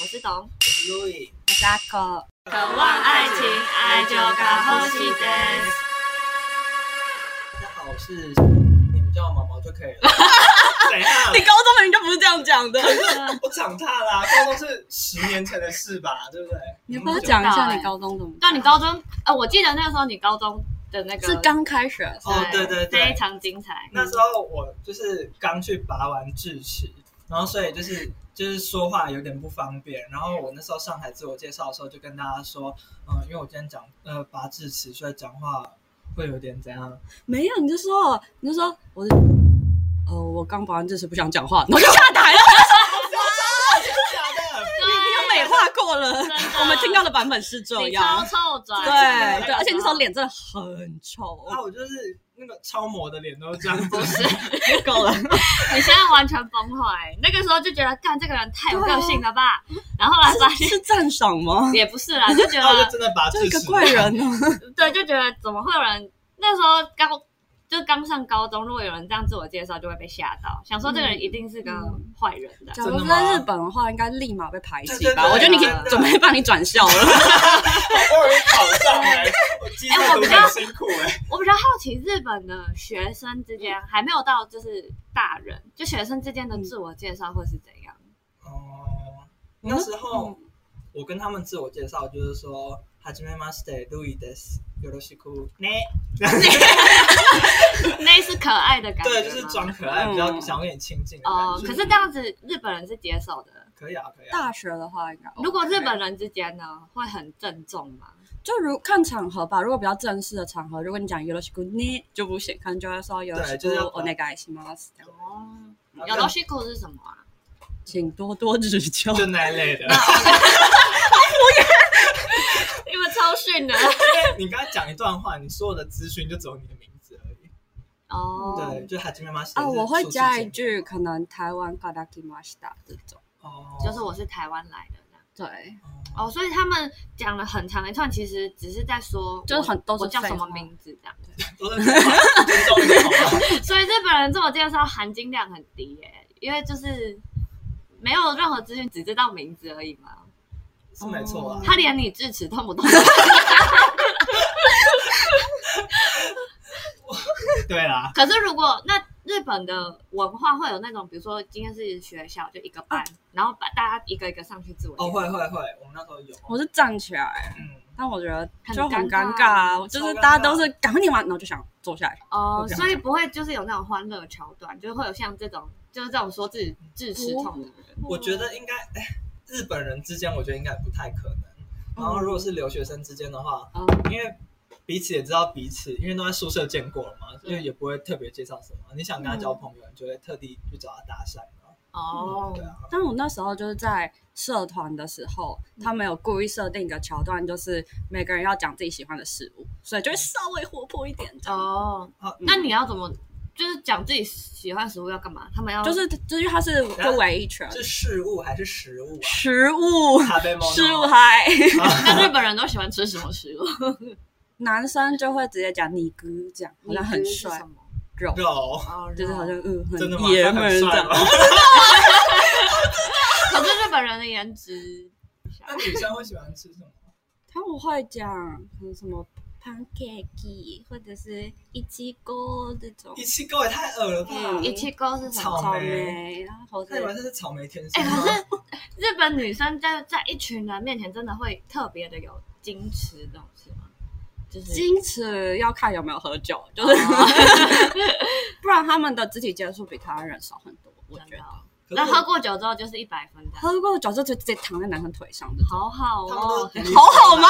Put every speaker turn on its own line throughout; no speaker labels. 我是董，
Louis，
我是阿狗。
渴望爱情，爱就该呼吸的。
大家好，我是你们叫我毛毛就可以了。怎
你
样？
高中明明就不是这样讲的。
我长大啦、高中是十年前的事吧，对不对？
你要不要讲一
不知道
下
欸
你高中怎么？
但你高中，呃，我记得那时候你高中的那个
是刚开学，
哦对对对
非常精彩。
那时候我就是刚去拔完智齿，然后所以就是就是说话有点不方便。然后我那时候上台自我介绍的时候，就跟大家说，嗯、因为我今天讲呃拔智齿，所以讲话会有点怎 样？
没有，你就说，你就说我是，呃，我刚保完智齿不想讲 话，然后就下台了。
假的？
对
啊
啊
你又美化过 了
真的，
我们听到的版本是这
你超
样。
臭嘴，
对对，而且那时候脸真的很 丑，
然后我就是那个超模的脸都是这样子。
够了。
你现在完全崩坏。那个时候就觉得，干这个人太有个性了吧？然后后来发
是
现
是赞赏 吗？
也不是啦，就觉
然后我就
得
真的拔
就
智
一个
齿，
怪人呢。
对，就觉得怎么会有人那时候刚就刚上高中，如果有人这样自我介绍，就会被吓到，想说这个
嗯
人一定是个坏人的。
假
真
如
的
是
吗
在日本的话，应该立马被排
对
挤
对
吧？
对
我觉得你可
真的
以准备帮你转校了。
我有人考上来，我记
哎我
得
比
都
较
很辛苦哎、
我比较好奇日本的学生之间还没有到就是大人，就学生之
嗯
间的自我介绍会是怎样？
哦，那时候我跟他们自我介绍就是说，はじめまして、ルイです。よろしくね。
那是可爱的感觉吗，
对，就是装可爱，
嗯
比较想跟你亲近的
哦
感。觉。
可是这样子日本人是接受的。
可以啊，可以啊。
大学的话，应该
如果日本人之间呢，会很郑重吗？
就如看场合吧，如果比较正式的场合，如果你讲 y o r o s h i k u n 就不行，可能就会说 y o r o s h
对
i k
就
u
是要
o n e g a i s h m
哦，
然
有
后
东西口是什么啊？
请多多指教。
就那一类的。
你们超逊的
因为你刚才讲一段话，你所有的资讯就只有你的名字而已。
哦。
嗯对，就はじめまして。
啊，我会
就是
加
素食
一
姐
句，
妹。
可能台湾 g a d a k i m a s h i 这种。
哦，
就是我是台湾来的这样。
对，
哦。
哦，所以他们讲了很长一串，其实只是在说我，
就是很都是
我叫
废
什么
话
名字这样。
都是尊重你好吗？
所以日本人自我介绍含金量很低耶、因为就是没有任何资讯，只知道名字而已嘛。
是没错啊。
他连你智齿痛不 痛？
对啦，
可是如果那日本的文化会有那种，比如说今天是学校就一个
啊
班，然后把大家一个一个上去自我介
哦，
绍。
会会会，我们那时候有。
我是站起来，
嗯。
但我觉得
很
就很
尴
尴
尬
尬啊，就是
超尴
大家
尬
都是赶快念完，然后就想坐下来。
哦，
会这样
所以不会就是有那种欢乐桥段，就是会有像这种就是这种说自己智齿
哦
痛的人。
我觉得应该，哎日本人之间我觉得应该不太可能。然后如果是留学生之间的话，
哦
因为彼此也知道彼此，因为都在宿舍见过了嘛，所以也不会特别介绍什么。你想跟他交朋友，你就会特地去找他搭讪嘛。
嗯
哦
对，啊，
但我那时候就是在社团的时候，他们有故意设定一个桥段，就是每个人要讲自己喜欢的事物，所以就会稍微活泼一点这样。嗯
哦
好，
那你要怎么就是讲自己喜欢食物要干嘛？他们要
就是 就是它是就围一圈
是事物还是食物啊？
食物，
咖啡猫
食物嗨。
那日本人都喜欢吃什么食物？
男生就会直接讲你哥这样，好像很
你觉得是
帅
什，么
肉
肉，
哦，
就是好像嗯
真的
很
吗？
爷
他
们
很
儿这
帅
样
吗。？
可是哦日本人的颜值，
那女生会喜欢吃什么？
他们会讲可能什么 pancake 或者是一鸡锅这种
一气够也太恶了吧！
嗯
一气沟是什么？
草
草
莓
莓，然后
那你们
是
这是草莓天
哎、
生吗
可？是 日本女生在在一群人面前真的会特别的有矜持这种事吗？就是
矜持要看有没有喝酒，
哦
就是、 不然他们的肢体接触比台湾人少很多，我觉
真的
得。
哦
可是
那喝过酒之后就是一百分的，
喝过酒就直接躺在男生腿上的，
好好
他们都
哦。
很
好好吗？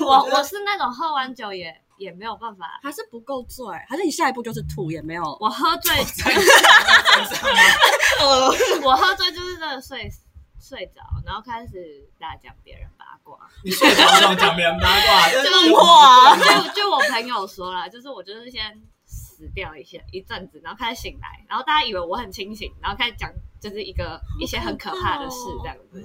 我
我觉
我
得
是那种喝完酒也也没有办法，
还是不够醉？还是你下一步就是吐也没有？
我喝醉， 我喝醉就是真的睡睡着，然后开始大讲别人八卦。
你睡着怎么讲别人八卦？这
就是
梦
话
就就我朋友说啦，就是我就是先死掉一些一阵子，然后开始醒来，然后大家以为我很清醒，然后开始讲就是一个一些很可怕哦的事这样子。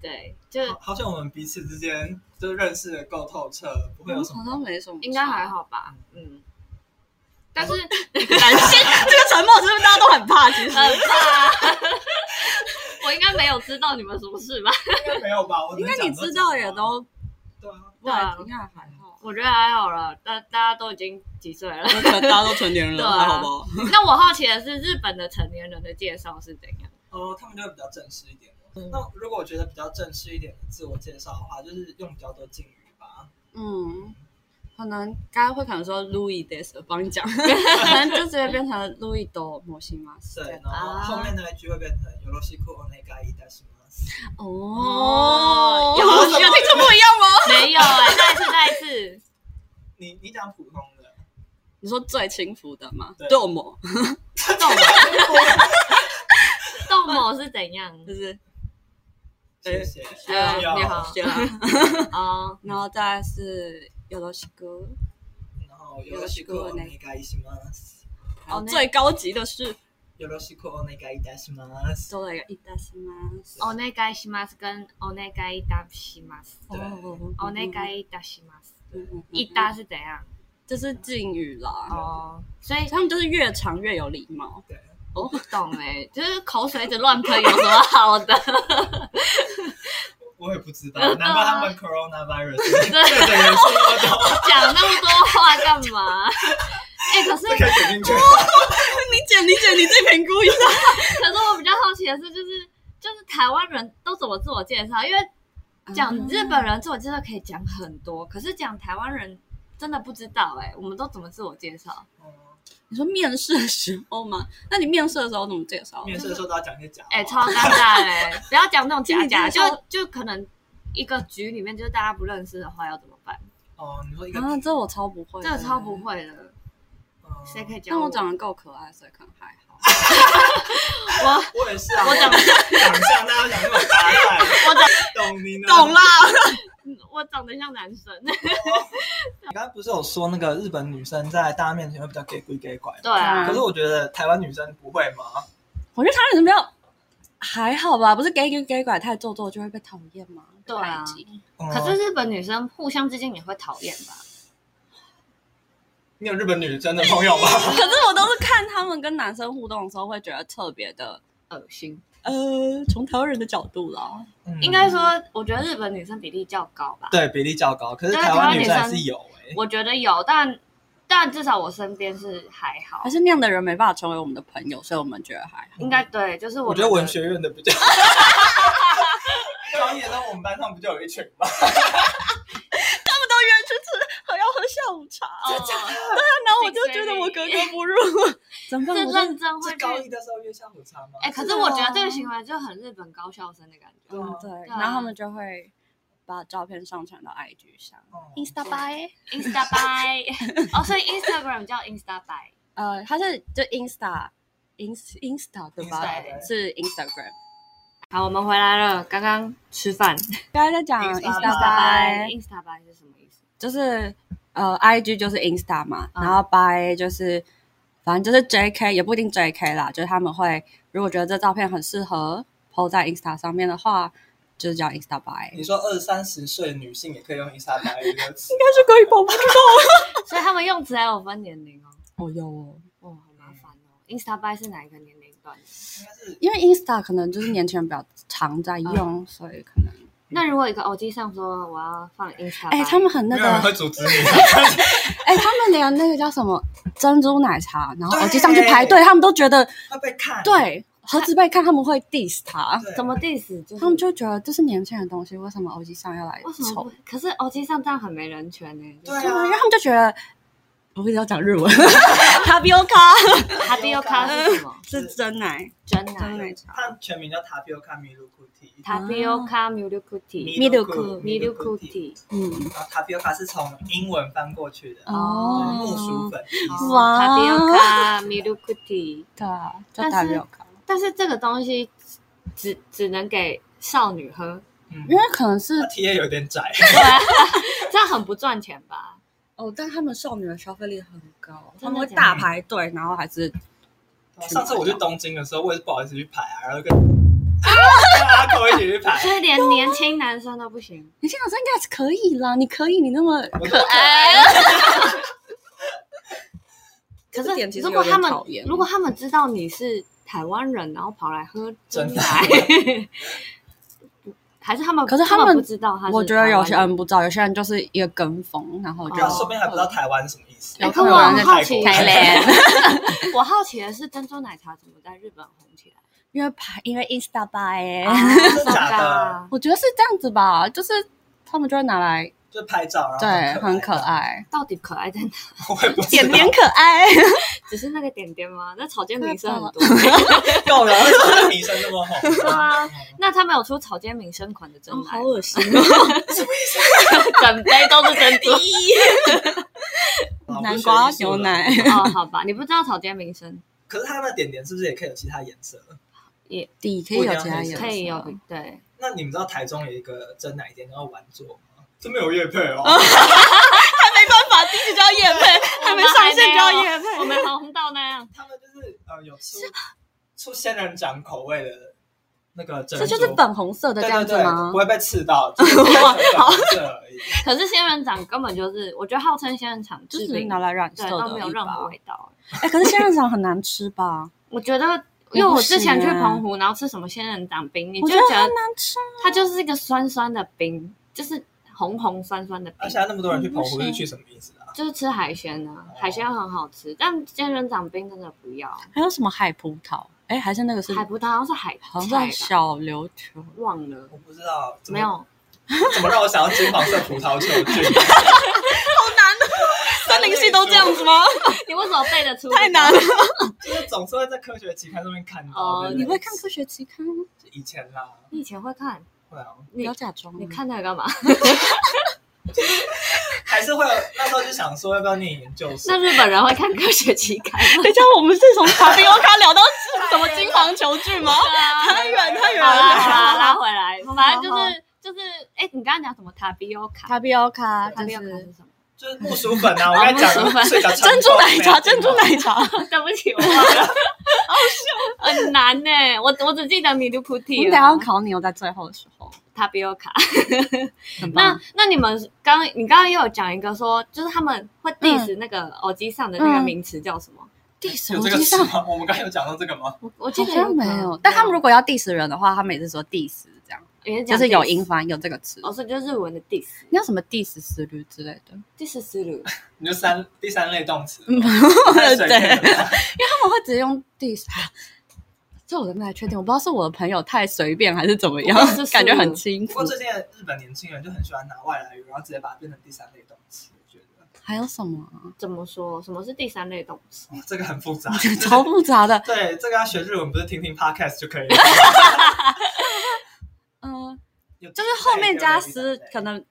对，就
好好像我们彼此之间就认识的够透彻，不会有什
好像
么。
没什么，
应该还。好吧，嗯。但是
呃感谢这个沉默，是不是大家都很怕？其实
很怕，我我应该没有知道你们什么事吧？
应该没有吧？我
应该你知道也都
啊对啊，
对
对啊，
应该还好。
我觉得还好了，大大家都已经几岁了。
我可能 大家都成年人
对
了，
啊
还好吧？
那我好奇的是，日本的成年人的介绍是怎样？
哦，他们就会比较正式一点。
嗯
那如果我觉得比较正式一点的自我介绍的话，就是用比较多敬语吧。
嗯，可能大家会可能说 Louis this，我帮你讲，可能就直接变成了 Louis do 模型嘛。是这
对
样，
然后后面那一句会变成有ろしくお願いいたします。
哦，
有
有有听出不一样哦吗？
没有哎、再一次，再一次，
你你讲普通的，
你说最轻浮的吗
对？
豆某
动某是怎样？
就是
谢谢。
哎
需要
你好
对啊，
哦，
然后再来是有ろしく，
然后よろしくお願いします。
然后
那
最高级的是
よろしくお願いいたします。
做了一个いたします。
お願いします跟お願いいたします，
哦
对
お願
い
いいたします，
嗯
一搭是怎样？
就是敬语啦，哎
哦，所以
他们就是越长越有礼貌。
对，
我不懂哎、就是口水一直乱喷有什么好的？
我也不知 道，难怪他们 coronavirus 这个人说哦不懂，
讲那么多话干嘛？哎、可是
这个肯定 觉得
你姐，你姐，你自己评估一下。
可是我比较好奇的是，就是就是台湾人都怎么自我介绍？因为讲日本人自我介绍可以讲很多，可是讲台湾人真的不知道哎、我们都怎么自我介绍？
嗯
你说面试的时候吗？那你面试的时候怎么介绍？
面试的时候都要讲一些假话。
哎、超尴尬哎、不要讲那种假假，
你
就
真的
就可能一个局里面就是大家不认识的话要怎么办？
哦，你说一个
啊，这我超不会，
这个超不。会的，
嗯
谁可以教
但
我？
我长得 够可爱，所以可能还好。
我
我也是啊，
我长
长相大家想那种搭讪，
我长
懂你呢？
懂啦。
我长得像男生，
你刚才不是有说那个日本女生在大家面前会比较给鬼给拐吗？
对啊
可，是我觉得台湾女生不会吗？
我觉得台湾人比较还好吧，不是 gay gay gay 拐太做作就会被讨厌吗？
对啊
排挤
嗯
可是日本女生互相之间也会讨厌吧？
你有日本女生的朋友吗？
可是我都是看他们跟男生互动的时候，会觉得特别的，
恶心，
呃，从台湾人的角度啦，
嗯
应该说，我觉得日本女生比例较高吧。
对比例较高，可是
对
台
台湾
湾女
女
生还
生
是有哎。
我觉得有，但但至少我身边是还好
还，是那样的人没办法成为我们的朋友，所以我们觉得还好。
应该对，就是
我
我
觉得文学院的比较。高一的时候我们班上不就有一群 吗？
他们都约去吃，还要喝下午茶，
哦，
然后我就觉得我格格不入， 怎么办？
是
我
认真会
是高一
去。
的时候约下午茶吗？
哎，可是我觉得这个行为就很日本高校生的感觉。
嗯，对，
啊
然后他们就会把照片上传到 IG 上
哦
，Insta by，
Insta by，哦，所以 Instagram 叫 Insta by，
呃，它是就 Insta。Inst Insta 对吧
Insta，对
是 Instagram。
好，我们回来了，刚刚吃饭。
刚才在讲
Insta
Insta by，
Insta by 是什么意思？
就是呃，IG 就是 Insta 嘛，
嗯
然后 by 就是反正就是 JK，也不一定 JK 啦，就是他们会如果觉得这照片很适合 PO 在 Insta 上面的话，就是叫 Insta by。
你说二三十岁的女性也可以用 Insta 白这个词，
是可以吧？我不知
所以他们用词还有分年龄哦。
道。哦，有哦，
哦，好麻烦哦。Insta 嗯 by 是哪一个年龄段的？
应该是
因为 Insta 可能就是年轻人比较常在用，所以可能
那如果一个偶机上说我要放 Insta，
哎、他们很那
没有人
个，
会阻止你。
哎、他们连那个叫什么珍珠奶茶，然后
对
耳机上去排队，他们都觉得
会被看。
对盒子被看，他们会 diss 他。
对，
怎么 diss？就是
他们就觉得这是年轻人的东西，为什么 OG 上要来
为什么
凑
不？？可是 O G 上这样很没人权呢、就
对
是
对啊，因为
啊，
他们就觉得我一直要讲日文， 塔比欧卡
h a p p y 卡是什么？
啊是真奶
真
真
奶
奶茶，
它全名叫 Tapioca Milukuti。
h a p p y 卡 Milukuti。
Miluku
Milukuti。
Milukuti，
嗯，
然后 Tapioca 是从英文翻过去的，对
哦
木薯粉的意思。
哇
h a p p y 卡 Milukuti。
对啊，叫
但
塔
是
比欧卡，
但是这个东西只只能给少女喝，
嗯
因为可能是
它贴有点窄，
这样很不赚钱吧？
哦，但他们少女的消费力很高，
真的
他们会
假的
大排队，然后还是
哦上次我去东京的时候，我也是不好意思去排啊，然后跟跟阿狗一起去排。
哦
所以连年轻男生都不行。
你现在好像应该是可以啦，你可以，你那么
我
可
说
爱，
可
这点
是
其实
如果他
有点
们
讨厌
如果他们知道你是台湾人，然后跑来喝
真
奶，还是他们？
可是
他
他们
不知道他是台湾人。
我觉得有些嗯人不知道，有些人就是一个跟风，然后就
对啊，
哦
说不定还不知道台湾什么意思。
哎
有
可
可
我
能
很
在
好
泰
奇，
国
台湾
我好奇的是珍珠奶茶怎么在日本红起来？
因为排因为 Insta 吧哎、
啊
真的假的？
我觉得是这样子吧，就是他们就会拿来
就拍照，然
对，
后
很可
啊爱。
爱，
到底可爱在哪？
我也不知道
点点可 爱，
只是那个点点吗？那草间弥生很多。
够 了，为什么名声那么红？对
啊，那他们有出草间弥生款的真奶吗、
心，哦
整杯都是珍珠。
南瓜牛奶。
哦，好吧，你不知道草间弥生
可是它的点点是不是也可以有其他颜色？
底可以有其他颜色，
可以有对，
那你们知道台中有一个真奶店叫玩做吗？这没有乐配哦，
还没办法，第一集就要夜配，哦还没上线就要夜配，
我们红到那样，
他们就是呃有出出仙人掌口味的那个珍
这
珠，
就是粉红色的
对
这
对
样
对
子，吗
不？会被刺到， 就是粉色而已。
可是仙人掌根本就是，我觉得号称仙人掌
就
制
是
品
拿，来染色
对，
的，
都没有任何。味道。
哎，可是仙人掌很难吃吧？
我觉得，
不
因为我之前去
喜欢
澎湖，然后吃什么仙人掌冰，你
我啊
就
觉得
觉
很
得
难吃。
它就是一个酸酸的冰，就是红红酸酸的冰
而
啊
且，那么多人去
嗯
澎湖是去什么意思啊？
就是吃海鲜啊，海鲜很好吃，但仙人掌冰真的不要。
还有什么海葡萄？哎，还是那个是
海葡萄好像是海
好
菜
像
吧
是小琉球。
忘了，
我不知道，怎么
没有，
怎么让我想要金黄色葡萄球菌？
哦 森 林系都这样子吗？
你为什么背得出？
太难了。
就是总是会在科学期刊上面看到。
哦
对不对
你会看科学期刊？
以前啦，
你以前会看，
会啊，
不
你
要假装啊。
你看那个干嘛？
还是会有那时候就想说要不要念研究所
那。日本人会看科学期刊吗？
等一下，哎我们是从卡比欧卡聊到 什么金黄球菌吗？ 太远太远
好啦好啦，
了。
拉回来，反正就是就是，哎，你刚刚讲什么塔比欧卡？
卡比欧卡
塔
就
比欧卡是
是
什么？
就是木薯粉啊，我刚才
哦木薯
讲
粉
睡着
珍珠奶茶，珍珠奶茶。
对不起，我忘了，好笑，很难呢。我我只记得米卢菩
我
提啊
们等一
了，
下要考 你哦，在最后的时候。
塔比欧卡。
很棒
那那你们刚你刚刚也有讲一个说，就是他们会 diss 那个耳机上的那个
嗯
名词叫什么？
第十
有
我
这个
记
事
上
吗？我们刚才有讲到这个吗？
我我记
好
得
像没有，啊但他们如果要 diss 人的话，他们也是说 diss 这样，
果
就是有音，翻有这个词。
哦，所以就是日文的 diss。
你有什么 diss 思虑之类的？
diss 思路，
你就三第三类动词，
对
太随便 了吧
他们会直接用 diss，啊 这我真不太确定，我不知道是我的朋友太随便还是怎么样
不过 是，
感觉很轻
不
浮
过。最近的日本年轻人就很喜欢拿外来语，然后直接把它变成第三类动词。我觉得
还有什么啊？
怎么说？什么是第三类动词？
哇，这个很复杂。
超复杂的。
对，这个要学日文，不是听听 podcast 就 可以了。
嗯，
有
就是后面加
思
思，，可能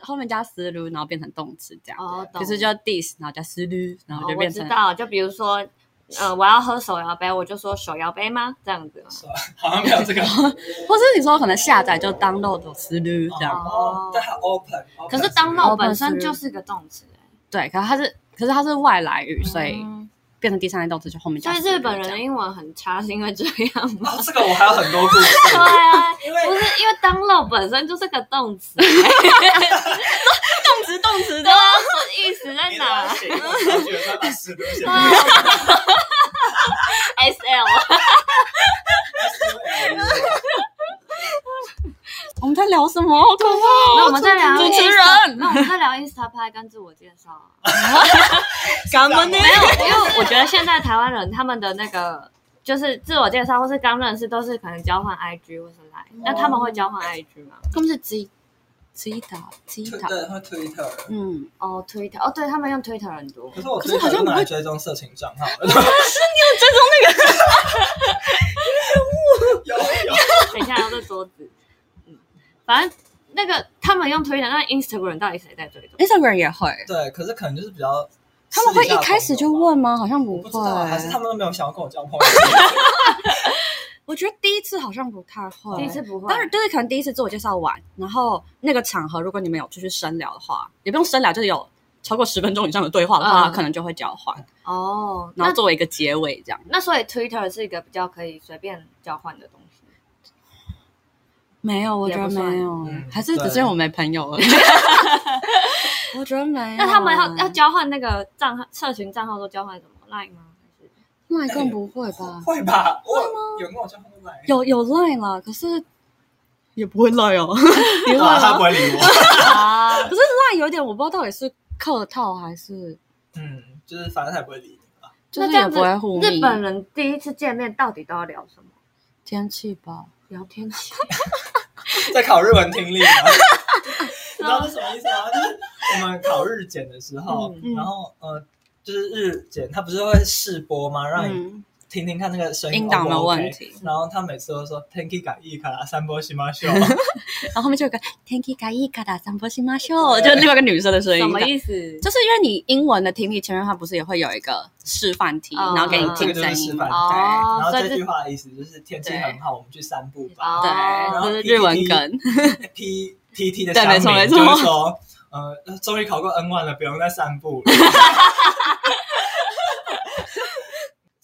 后面加思虑，然后变成动词这样，
哦，懂
就是叫 diss，然后加思虑，然后
哦
就
我
变
知
成
道，就比如说，呃，我要喝手摇杯，我就说手摇杯吗？这样子
哦
吗。
好像没有这个。
或是你说可能下载就 download 的思虑 这样，
哦，对，它 open。
可是当
当
闹
哦
本身就是个动词，
对，可是它是可是它是外来语，所以
嗯
变成第三类动词就后面
所
加
以
思虑这
日
样。
本人的英文很差，是因为这样 吗？
哦，这个我还有很多故事。
对 啊，
因为
不是因为当肉本身就是个动词，
动词动词
对啊，意思在
你
哪
写一个上去的时候把十都 写
啊？S L，
我们在聊什么？好可怕哦！
那我们再聊
主持人
那我们再聊 Insta 拍跟自我介绍啊。
干
嘛呢
没有，因为我觉得现在台湾人他们的那个就是自我介绍或是刚认识，都是可能交换 IG 或是 Line，那他们会交换 IG 吗？
他们是鸡鸡打鸡打，
对，会推特。
嗯，
哦，Twitter，哦，对他们用 Twitter 很多
可，是我
可是好像
不
不会
会追踪色情 账号，可是你有追踪那个？ 有有，
等一下要这桌子，嗯，反正那个他们用 Twitter，那 Instagram 到底谁在追踪？
Instagram 也会，
对，可是可能就是比较
他
私
们会
底下的朋友吧。
一开始就问吗？好像
我
不
不知
会
道，，还是他们都没有想要跟我交朋 友。
我觉得第一次好像不太会，
第一次不会，
当然就是可能第一次自我介绍完，然后那个场合如果你们有继续深聊的话，也不用深聊，就是有超过十分钟以上的对话的话，
嗯
可能就会交换，
哦，那
然后作为一个结尾这样。
那所以 Twitter 是一个比较可以随便交换的东西。
没有，我觉得
也不算
没有
嗯，
还是只是因为我没朋友而已。 我觉得没有。
啊
啊哎
那他们要要交换那个账号、社群账号都交换什么 Line 吗？还是
赖更不会吧？
会吧？我有跟我交换过赖，
有有赖啦，可是也不会赖哦。你赖
啊，他
吗
不？会理我。
啊，
可是赖有点我不知道到底是客套 还是
嗯，就是反正他也不会理你吧。
就
那
是
这
也
样
不
子
会互
日本
密
人第一次见面到底都要聊什么？
天气吧？
聊天 气，
在考日文听力吗？ 你知道这什么意思吗？就是我们考日检的时候，
嗯嗯
然后呃，就是日检他不是会试播吗？让你
嗯，
听听看那个声音
音
O
档
不
的
OK
问。题。哦
然后他每次都说 “tenki ga i k a 三波西马秀”，
然后后面就有个 Tanky ga i ga da s a m b o s i m a s h o 就是另外一个女生的声音。
哦什么意思？
就是因为你英文的听力前面，它不是也会有一个示范题，
嗯
然后给你
这
听
个就是
声
示
音
范
嘛？
题。
对
然
哦，
后
所以
这
就
句话的意思就是天气
对
很好，我们去散步吧。然
哦
后
对，就是日文梗。
P P T 的
对
乡
没
民
错没
就会
错
说，呃，终于考过 N one 了，不用再散步了。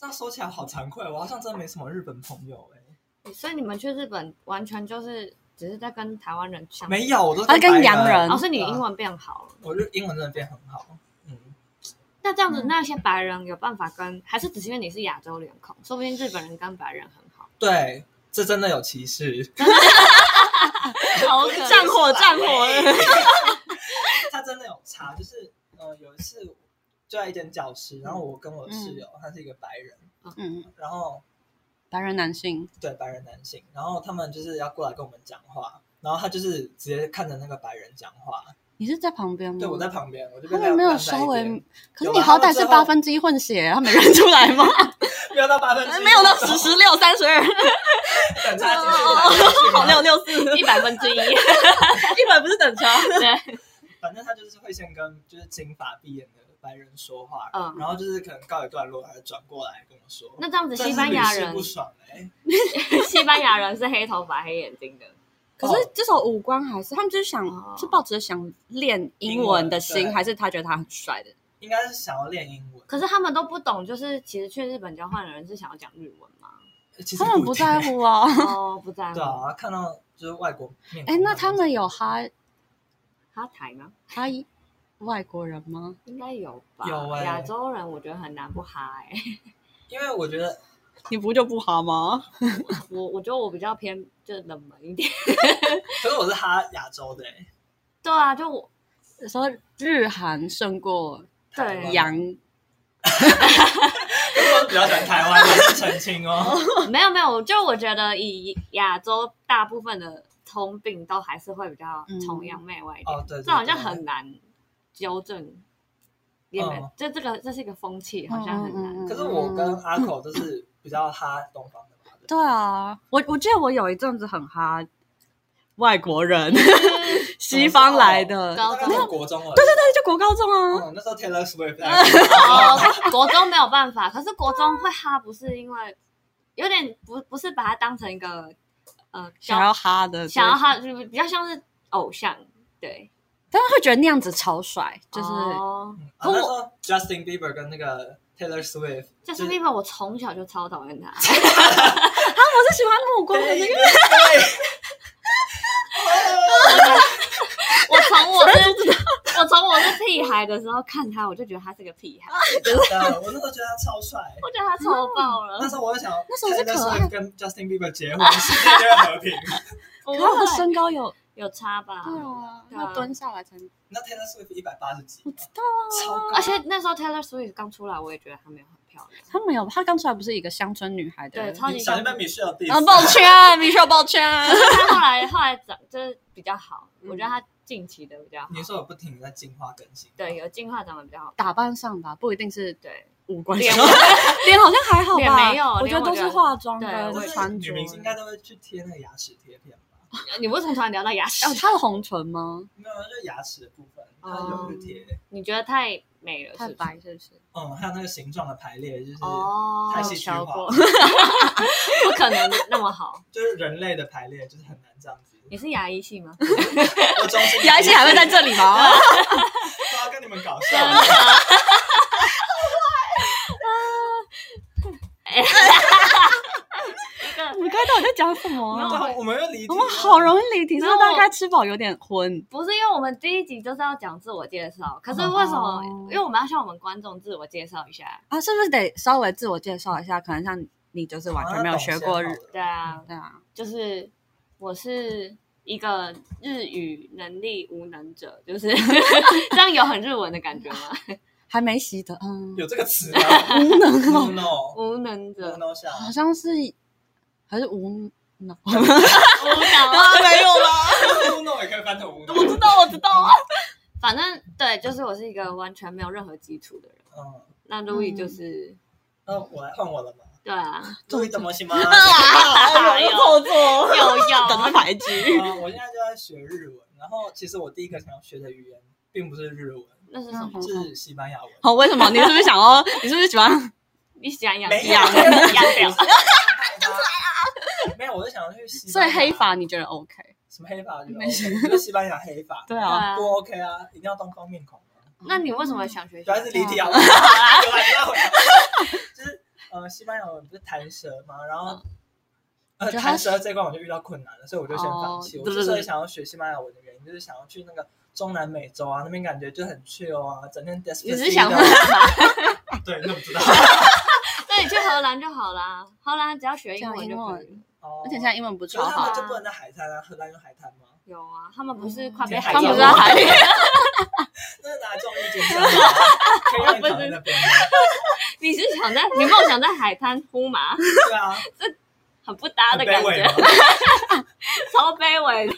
这样说起来好惭愧，我好像真的没什么日本朋友哎、
所以你们去日本完全就是只是在跟台湾人相处，
没有，我都
他跟
白
洋人
哦，是你英，文变好了。
我日英文真的变很好，嗯，
那这样子，
嗯
那些白人有办法跟，还是只是因为你是亚洲脸孔，说不定日本人跟白人很好。
对，这真的有歧视，
好可
战火战火，
他真的有差，就是呃，有一次就在一间教室，然后我跟我的室友，他是一个白人，
嗯，
然后
白人男性，
对白人男性，然后他们就是要过来跟我们讲话，然后他就是直接看着那个白人讲话，
你是在旁边吗？
对我在旁边，我就被
嗯他
晾
们没有
晾在
稍
一
微
边，
可是
有啊
你好
他们
歹
最
是
后
八分之一混血，他没认出来吗？
没有到八分之一，
没有到十哦十六三十二，
等差几秒，
好六六四，一
一百分之一，
百不是等差。
对，
反正他就是会先跟就是金发碧眼的白人说话，
嗯
然后就是可能告一段落，他就转过来跟我说，
那这 样子，
真
西
是
班牙
屡试
人
不，爽哎、欸，
西班牙人是黑头发、黑眼睛的，
可是这首五官还是他们就是想是抱着想练哦英文的
英文
心，
对
还是他觉得他很帅的？
应该是想要练英文，
可是他们都不懂，就是其实去日本交换的人是想要讲日文 吗？
其实
他们
不
不
一定欸
在，乎啊。
哦，不在乎
对，啊，看到就是外国面孔，
哎，那他们有哈
他台吗？
哈一外国人吗？
应该有吧，
有欸
亚洲人我觉得很难不哈哎、
因为我觉得
你不就不哈吗？
我我觉得我比较偏就是冷门一点，
可是我是哈亚洲的、欸，
对啊，就我
说日韩胜过
台湾
对
洋，
我比较喜欢台湾，我是澄清 哦。
没有没有，就我觉得以亚洲大部分的通病都还是会比较
嗯
崇洋媚外一点，
哦，对，对
这好像
对
很难纠正，也没、
嗯
就这个这是一个风气，好像很难。
嗯嗯嗯
可是我跟阿口都是比较哈东方的嘛，
对啊，我我记得我有一阵子很哈外国 人，西方来的，
高
哦大概是
中
国中了。对对对，
那就国高中啊，
嗯，那时候 Taylor Swift
哦，国中没有办法，可是国中会哈，不是因为有点不不是把它当成一个呃
想要哈的，
想要，哈，就是比较像是偶像，对，
但是会觉得那样子超帅，就是
哦
嗯啊那时候 Justin Bieber 跟那个 Taylor Swift，
就
就是
是因为我从小就超讨厌他，
啊我是喜欢目光
哎
的那个，
我从我是我从我是屁孩的时候看他，我就觉得他是个屁孩，
真的，我那时候觉得他超帅。
我觉得他丑爆了
那。时候我就想，
嗯那时候是可
Taylor
爱
Swift 跟 Justin Bieber 结婚，世界就会和平。
不
可他的
会
身高有，
有差吧？
对啊，
对啊
要蹲下来才能，
那 Taylor Swift 一百八十几
我，知道啊，
超高
而。且那时候 Taylor Swift 刚出来，我也觉得她没有很漂亮。
他没有，他刚出来不是一个乡村女孩的，
对超级
小心被 Michelle diss
啊，抱歉，米雪，抱歉，啊
她后来后来长就是比较好，我觉得她近期的比较好，
你说我不停地在进化更新，
对，有进化长得比较好。
打扮上吧，不一定是
对，
五官
脸
上，脸好像还好吧，
脸没有
我觉
脸
得
我
都
觉
是
得
化妆
对
跟
我
就
也
是
穿着。
女明星应该都会去贴那个牙齿贴片吧？
你为什么突然聊到牙齿
哦，？她的红唇吗？
没有，就是牙齿的部分，它
哦
有去贴。
你觉得太美了，是不是
是不是？
嗯，还有那个形状的排列，就是、
哦，
太戏剧
瞧
化
过
了，
不可能那么好。
就是人类的排列，就是很难这样子。
你是牙医系吗？
我中心
牙医还会在啊这里吗？ 哦
都要啊跟你们搞笑，
一个
我们刚才到底在讲什么
没
啊
有？
然后我们又离题
我们好容易离题，是不是
然后
大概吃饱啊有点昏？
不是因为我们第一集就是要讲自我介绍，可是为什么？
哦
因为我们要向我们观众自我介绍一下。
啊，是不是得稍微自我介绍一下？可能像你就是完
啊
全没有学过日，
对啊，
对啊，
就是我是一个日语能力无能者，就是 这样有很日文的感觉吗？
还没习得，嗯，
有这个词吗
啊
？no no
无能者，
no 下，
好像是还是无脑，
无能啊。
没有啦，
无脑也可以翻成无脑。
我知道，我知道啊，
反正对，就是我是一个完全没有任何基础的人。
嗯，
那路易
嗯
就是、
那我来换我了吗？
对啊，
注意怎么行 吗？啊
哎呦
错错，
又要
等他排局，
啊，我现在就在学日文，然后其实我第一个想要学的语言并不是日文，
那是什
嗯
么？
是西班牙文。
好，为什么？你是不是想要？你是不是喜欢？
你喜欢养
没有
养养 表？
讲出来啊！没有，我是想要去西
所
班
以
牙。
黑发你觉得 OK？
什么黑发？
没
没事，就是西班牙黑发，
对
对
啊，
啊，
多 OK 啊！一定要东方面孔啊。
那你为什么想学习
主？要是离题啊， 有来有来，就是呃，西班牙文不是弹舌嘛，然
嗯
后呃
觉得它
弹舌这一关我就遇到困难了，所以我就先放弃。
哦
我
对
之
对
所以
对
想要学西班牙文的原因，就是想要去那个中南美洲啊，那边感觉就很 chill 啊，整天 d e s p
你
e
是想混吗？
对，那不知道。
那你去荷兰就好啦，荷兰只要学英文就可
讲
以了。
哦
而且现在英文不
所以
超
他
好
们，就不能在海滩啊，荷兰有海滩吗？
有啊，他们不是快被
嗯
海
他
盗
们
们
不
吗
是在海里，
那是拿综艺节目啊，可以让你躺在那边吗。
你是想在 你梦想在海滩呼麻，
对啊，
很不搭
很
的感
卑微
觉，
嘛，
超卑微的，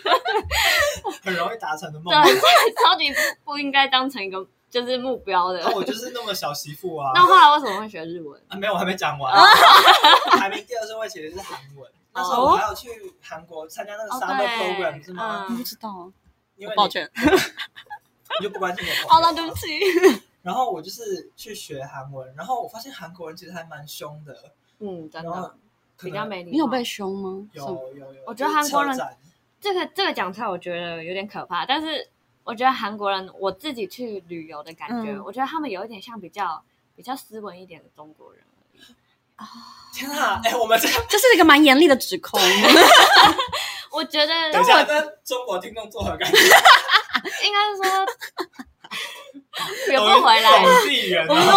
很容易达成的梦。
对，啊超级不应该当成一个就是目标的
然。后我就是那么小媳妇啊。
那后来为什么会学日文？
啊，没有，我还没讲完。排名第二顺位其实是韩文。那时候我还有去韩国参加那个
哦
summer
对
program、是吗？
我
嗯
不知道，
因为
抱
你
歉。
你就不关心我。
好哦了，对不。起。
然后我就是去学韩文，然后我发现韩国人其实还蛮凶的，
嗯，真
然后
的
哦可
比较
能
没礼貌。
你有被凶吗？
有
什么
有有。
我觉得韩国人
就是车站
这个这个讲出来，我觉得有点可怕。但是我觉得韩国人，我自己去旅游的感觉，
嗯
我觉得他们有一点像比较比较斯文一点的中国人。
天啊，哎，我们 这
这是一个蛮严厉的指控，
我觉得
等一下跟中国听众做何感觉？
应该是说 学不回来，
懂地缘
我
啊，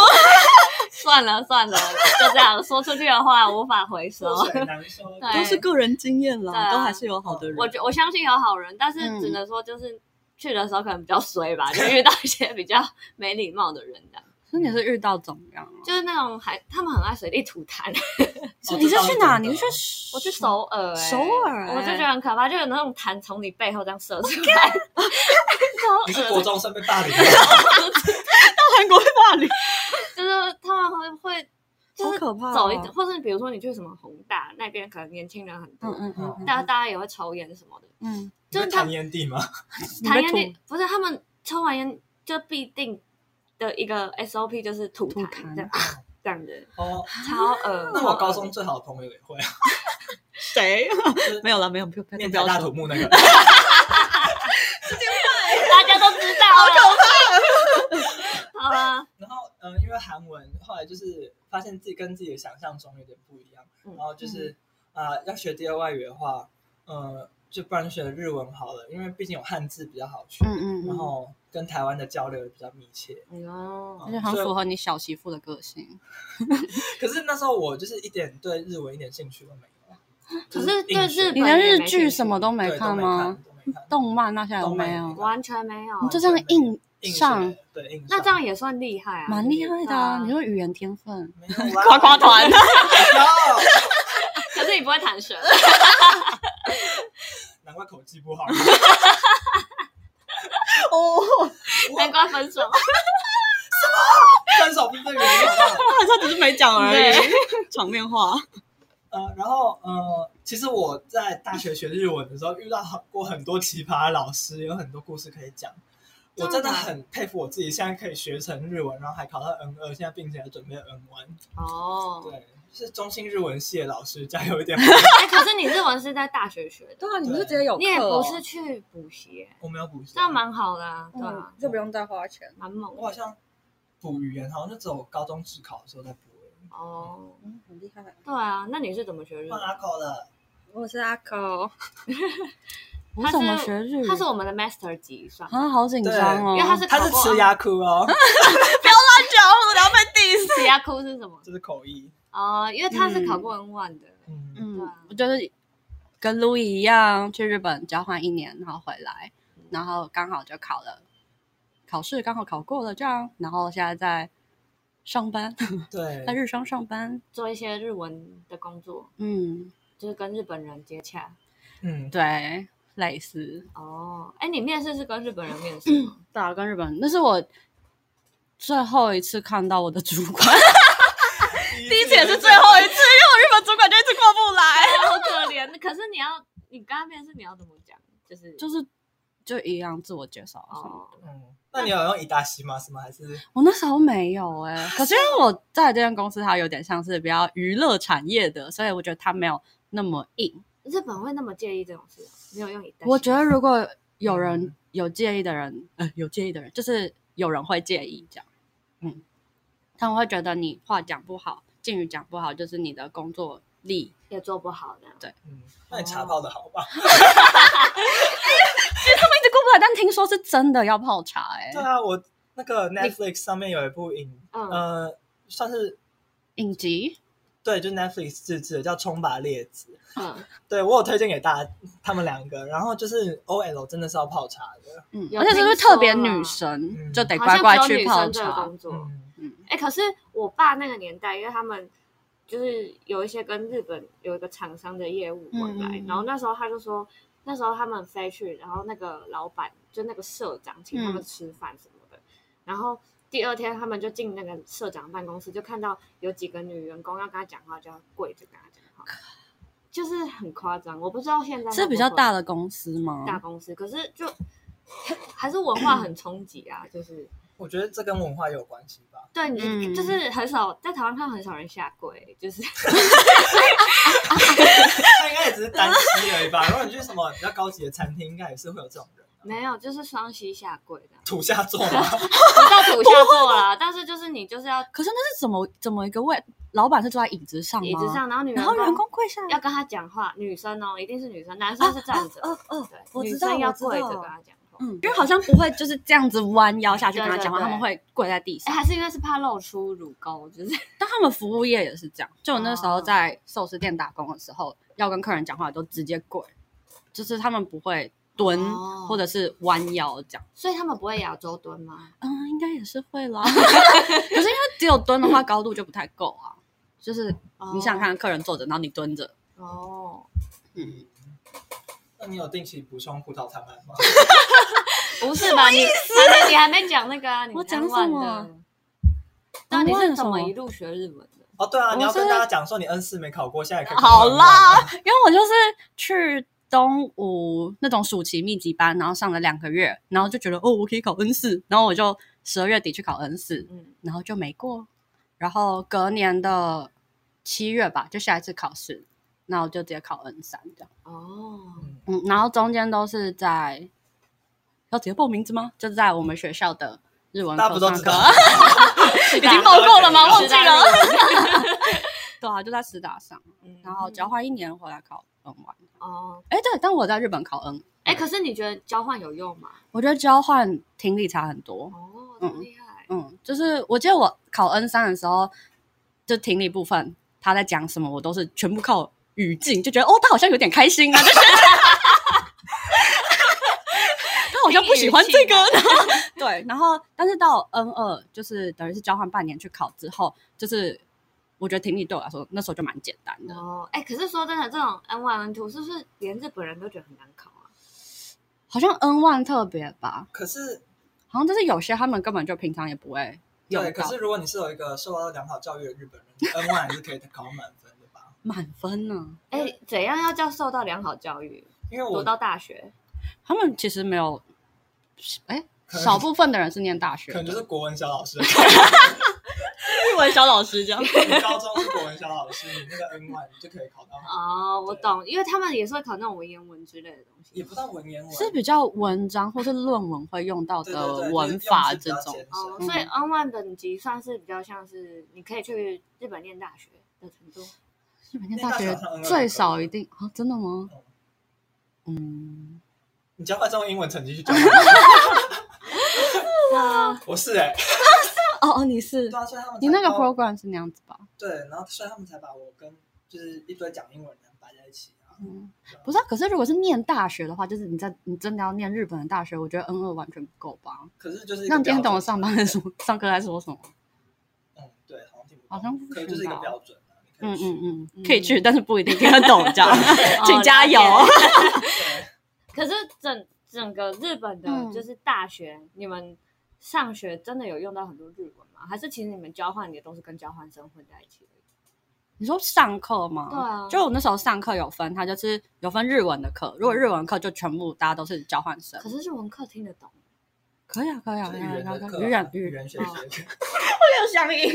算了算了，就这样说出去的话无法回收。
覆水难收。
对
都是个人经验
对
啦，
啊
都还是有好的人。
我觉我相信有好人，但是
嗯
只能说就是去的时候可能比较衰吧，就遇到一些比较没礼貌的人这样。
那你是遇到怎么样啊？
就是那种还他们很爱随地吐痰，
哦
你是去哪？
这
你
倒
是
是
我去
真的
去
首尔、欸，
首尔欸
我就觉得很可怕，就有那种痰从你背后这样射出来，
你
超
是
恶
国
的。
中生被霸凌吗，
韩国那里，
就是他们会会就
好
是
可怕哦。
走一，或是比如说你去什么宏大那边，可能年轻人很多，
嗯嗯嗯嗯
大大家也会抽烟什么的，
嗯，
你
就是
是
他
弹烟蒂吗？
你
痰
被
烟
吐
蒂不是他们抽完烟就必定的一个 SOP 就是吐
吐
痰
痰
这样 这样的，
哦，
超恶。
那
超
我
恶
高中最好的朋友也会啊，
谁？ 没有了，没有，不要不要
面
不
台
要
大
说
土。木那个，
大家都知道，好可怕。好啦，
然后嗯、呃因为韩文后来就是发现自己跟自己的想象中有点不一样，
嗯
然后就是啊、呃要学第二外语的话，呃，就不然学日文好了，因为毕竟有汉字比较好学，
嗯嗯
然
嗯，
后跟台湾的交流也比较密切。
哎
哦
而且很符合你小媳妇的个性。
可是那时候我就是一点对日文一点兴趣都没有，啊
可
就是硬
对
学
日
你
本
连
也
日
没兴
剧
趣
什么都没
对都
看
没
吗？？
都没看
动漫那些有
都
没
没
有？
完全没有
你。就这样硬
硬学
上，
对硬上，
那这样也算厉害啊，
蛮厉害的啊！你
对啊
说语言天分，
没有啦
夸 夸团。
没有
可是你不会弹舌，
难怪口技不好。
哦，
难怪分 手。
分手不是这个原因啊好不好。
他他只是没讲而已
对，
场面话。
呃，然后呃，其实我在大学学日文的时候，遇到很过很多奇葩的老师，有很多故事可以讲。我真的很佩服我自己，现在可以学成日文，然后还考到 N 二，现在并且还准备 N 1
哦，
对，是中心日文系的老师，加油一 点！
哎，可是你日文是在大学学的，
对啊，
你不是直
接有
你也不是去补习，
我没有补习
这，样蛮好的啊，对啊，
嗯就不用再花钱。
蛮猛
我好像补语言，好像就只有高中自考的时候在补而已。
哦。
嗯，很厉害。
对啊，那你是怎么学日
换
文？
阿口了，
我是阿口， 我
他
怎么
是
学日语？
他是我们的 master 级算吗，
啊，好紧张
因
哦，
为他是
他是吃牙哭哦，
讲，然后被 diss。
死牙哭是什么？
这是口译。
哦，因为他是考过 N 1的，
嗯，
嗯，我就是跟 Louis 一样去日本交换一年，然后回来，
嗯
然后刚好就考了考试，刚好考过了这样，然后现在在上班，
对
在，日商上班。
做一些日文的工作，
嗯，
就是跟日本人接洽。
嗯，
对，类似。
哦，哎，你面试是跟日本人面试 吗？
对啊，跟日本，那是我最后一次看到我的主 管，
第
后一次，因为我日本主管就一直过不来，
好可怜。可是你要，你跟他面试你要怎么讲？就是
就是就一样自我介绍什么的。
哦，
嗯，那你有用伊达西吗？什么还是
我那时候没有哎、可是因为我在这间公司，它有点像是比较娱乐产业的，所以我觉得它没有那么硬。
日本会那么介意这种事哦？没有用你担心，
我觉得如果有人有介意的人，呃，有介意的人，就是有人会介意这样，嗯，他们会觉得你话讲不好，敬语讲不好，就是你的工作力。
也做不好的。
嗯？那你查到的好吧？
他们一直过不来，但听说是真的要泡茶哎、
对啊，我那个 Netflix 上面有一部影，
嗯
呃，算是
影集
对，就 Netflix 自制的，叫《冲吧列子》。
嗯，
对我有推荐给大家，他们两个。然后就是 OL 真的是要泡茶的，
嗯，
有
而且是不是
听说
特别
啦
女生、
嗯
就得
好
乖
像
乖
只有
去
女
泡
生这个
茶？
工作。
嗯，
哎，可是我爸那个年代，因为他们就是有一些跟日本有一个厂商的业务往来，
嗯嗯嗯
然后那时候他就说，那时候他们飞去，然后那个老板就那个社长请他们
嗯
吃饭什么的，然后。第二天，他们就进那个社长办公室，就看到有几个女员工要跟他讲话，就要跪着跟他讲话，就是很夸张。我不知道现在
是
会不
比较
会
大的公司吗？
大公司，可是就 还是文化很冲击啊，就是
我觉得这跟文化有关系吧。
对你、
嗯
就是很少在台湾看很少人下跪，就是
他应该也只是单吃而已吧。如果你去什么比较高级的餐厅，应该也是会有这种人
没有就是双膝下跪 的，
土下座嘛。
不到土下座
啊
啦，但是就是你就是要
可是那是怎么怎么一个位？老板是坐在椅子上吗？
椅子，上，然后女
然后员
员
工跪下来
要。跟他讲话，女生哦一定是女生，男生是站着，
哦哦，
对，
我
女
知道
生要
我知道
跪着跟他讲话。
嗯，因为好像不会就是这样子弯腰下去跟他讲话，
对对对
他们会跪在地
哎，
上。
还是因为是怕露出乳沟，就是
但他们服务业也是这样。就我那时候
哦
在寿司店打工的时候，要跟客人讲话都直接跪，就是他们不会蹲
哦
或者是弯腰这样。
所以他们不会亚洲蹲吗？
嗯，应该也是会 啦。可是因为只有蹲的话，高度就不太够啊。就是你想想看，客人坐着，然后你蹲着，
哦，
嗯，
那你有定期补充葡萄糖胺吗？
不是吧？你还没你还没讲那个啊？你
我讲
台湾
什么
的？那你
我忘
是
了
怎么
什么
一路学日文的？
哦，对啊，你要
我
跟
是
大家讲说你 N 四没考过，现在可以考
好
上了
啦， 因为我就是去东吴那种暑期密集班，然后上了两个月，然后就觉得哦，我可以考 N 四，然后我就十二月底去考 N 四，
嗯，
然后就没过，然后隔年的七月吧，就下一次考试，那我就直接考 N 三这样，
哦，
嗯
嗯，然后中间都是在要直接报名字吗？就是在我们学校的日文
大家不
课
都
上
知
课？
道，
已经报过了吗？忘记
知道
了，
日文
对啊，就在师大上，
嗯
然后交换一年回来考 N 完。
哦，
哎，对，但我在日本考 N，
哎，可是你觉得交换有用吗？
我觉得交换听力差很多。
哦，
嗯
真厉害，
嗯，就是我记得我考 N 三的时候，就听力部分他在讲什么，我都是全部靠语境，就觉得哦，他好像有点开心啊，就是 他好像不喜欢这个。然后 对，然后但是到 N 二，就是等于是交换半年去考之后，就是我觉得听力对我来说那时候就蛮简单的。
哦，哎，可是说真的，这种 N one N two 是不是连日本人都觉得很难考啊？
好像 N one 特别吧，
可是
好像就是有些他们根本就平常也不会用
对，可
到
是如果你是有一个受到良好教育的日本人，N 1还是可以考满分的吧？
满分呢、
哎，怎样要叫受到良好教育，
因为
读
我
到大学？
他们其实没有，哎，
可能
少部分的人是念大学
可
的，
能就是国文小老师，
日文小老师这 样。
你高中是国文小老师，你那个 N 1就可以考到，
哦，我
对
懂，因为他们也是会考那种文言文之类的东
也
西哦
不。到文言文，
是比较文章或是论文会用到
对对对，
的
就是
文
用字
法
比
这
较
种
艰，
哦，
深
所以 N one 等级算是比较像是你可以去日本念大学的程度。
日本念大学最少一定啊，真的吗？
哦
嗯，
你交换这种英文成绩去交 换？
那
我是哎、
哦哦，你是
对啊，所以他们才
啊你那个
把我
program 是那样子吧？
对，然后所以他们才把我跟就是一堆讲英文的人摆在一起啊。
嗯，不是、啊，可是如果是念大学的话，就是你在你真的要念日本的大学，我觉得 N 二完全不够吧？
可是就是一个
那你今天
标准
懂我上班在说上课在说什么？
嗯，对，好像听不懂，
好像不
可能就是一个
行吧
标准啊。你可以
嗯
去
嗯嗯，可以去，但是不一定听得懂， 这样，请
哦
加
了
油。
解可
对
是整整个日本的，
嗯
就是大学，你们上学真的有用到很多日文吗？还是其实你们交换也都是跟交换生混在一起而已？
你说上课吗？
对啊
就我那时候上课有分，它就是有分日文的课，如果日文课就全部大家都是交换生
可。是日文课听得懂，
可以啊，可以啊，
就
可
是语
以啊，
言
可以
的
啊
课
可
啊，
以啊语言
语
语
言学学，
有乡音。
语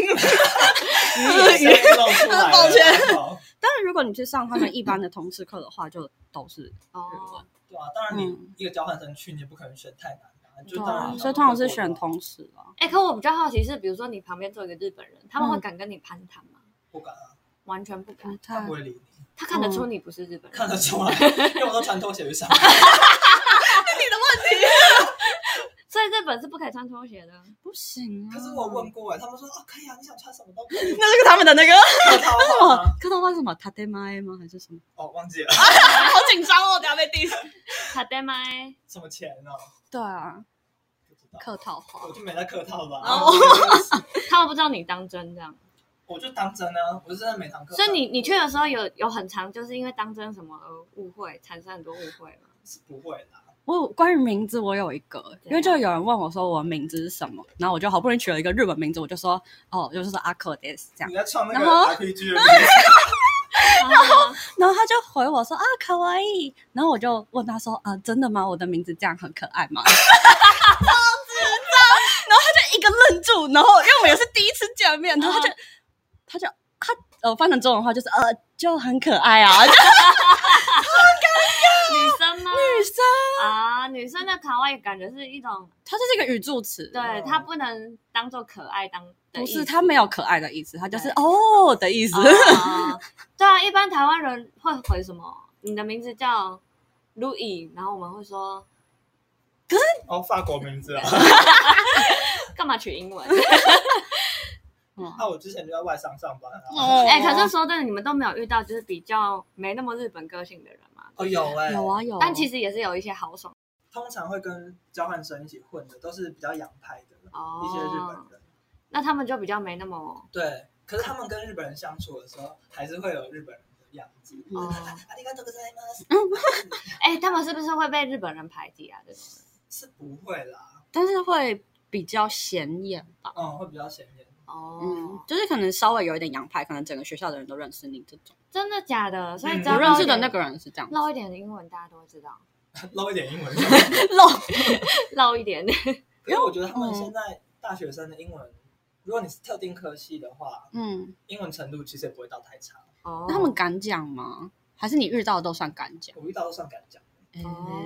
言露出来了。
抱歉
好
但是如果你去上他们一般的同事课的话，就都是
哦，
对啊，当然你
嗯
一个交换生去，你也不可能选太难的 啊，就
对
当然
啊，
你
所以
要
通常是
各国
选
文化
同事啊。
哎、可我比较好奇是，比如说你旁边坐一个日本人，他们会
嗯
敢跟你攀谈吗？
不敢啊，
完全不敢，
他不会理你，
他看得出你不是日本人。
看得出 来，因为我都穿拖鞋去上班。
所以日本是不可以穿拖鞋的。
不行啊。，
可是我问过哎，他们说啊可以啊，你想穿什么都可以
那是他们的那个
客套
什
话 吗
么？看到哦话是什么 t a d e m a 吗？还是什么？
哦，忘记了
好紧张哦，等下被 diss。
卡德麦，
什么钱哦，
对啊，
不知道，
客套话
我。就没在客套吧。
哦
他们不知道你当真这样。
我就当真啊，我是真的每堂课。
所以你你去的时候有有很长，就是因为当真什么而误会，产生很多误会 嘛。
是不会啦，
我有关于名字，我有一个，欸因为就有人问我说我的名字是什么，然后我就好不容易取了一个日文名字，我就说哦，我就是说阿克 des 这样
你，在创那个
然后
RPG 的名 字，
然后
然后他就回我说啊，可爱い，然后我就问他说啊，真的吗？我的名字这样很可爱吗？ 超智障！然后他就一个愣住，然后因为我们也是第一次见面，然后他就他就他呃翻成中文的话就是呃就很可爱啊， 就
女生吗？
女生，
啊，女生的卡哇伊感觉是一种，
它就是一个语助词，
对她不能当做可爱当的
哦不
意思。
是它没有可爱的意思，它就是
对
哦的意思。
啊 对啊，一般台湾人会回什么？你的名字叫 Louis，然后我们会说
哦，法国名字啊。
干嘛取 英文？
嗯
那我之前就在外商上班啊。
哦
哎、可是说真的，你们都没有遇到就是比较没那么日本个性的人嘛？
哦，有哎，
有啊有，
但其实也是有一些豪爽
通常会跟交换生一起混的，都是比较洋派的
哦，
一些日本人。
哦
那他们就比较没那么
对，可是他们跟日本人相处的时候，还是会有日本人的样子。 啊
哦
嗯，
ありがとうございます。
哎、他们是不是会被日本人排挤啊？这种人
是不会啦，
但是会比较显眼吧。
嗯，会比较显眼。
哦、
嗯，就是可能稍微有一点洋派，可能整个学校的人都认识你这种。
真的假的？所以
嗯
只
对
要
我认识的啊那
个
个人是这样，
漏一点的英文，大家都会知道，
捞一点英文，
漏
漏一点。
因为我觉得他们现在大学生的英文，如果你是特定科系的话，
嗯，
英文程度其实也不会到太差。
哦
那他们敢讲吗？还是你遇到的都算敢讲？
我遇到都算敢讲，
哦，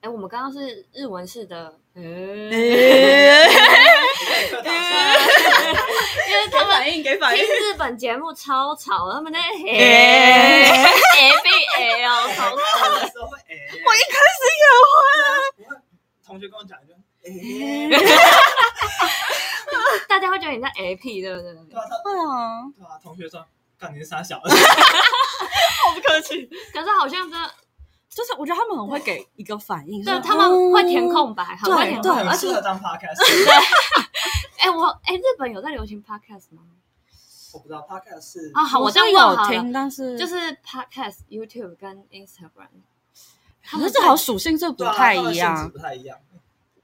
哎、我们刚刚是日文式的，嗯，因
诶
客套说
为他们
应给
听日本节目超吵，他们 在嘿
哎
A B L 超吵
有
的。
时候会哎，我一开始也会啊。 同学跟我讲一句，哎，
大家会觉得你在 A P 对不对？
对啊，他
会啊，
对啊，同学说，干你是傻小，
好不客气。
可是好像真的，
就是我觉得他们很会给一个反应，
对
说
他们会填。
哦
空白，很会填
对
空白。
很适合当 podcast。
哎、我哎、日本有在流行 podcast 吗？
我不知道 podcast 是
啊，好，
我
我
是
这样问
有
好了，
听，但是
就是 podcast、YouTube 跟 Instagram，他
可
们
是这好像属性这不
对啊
太
他们
一
性质
样。
不太一样。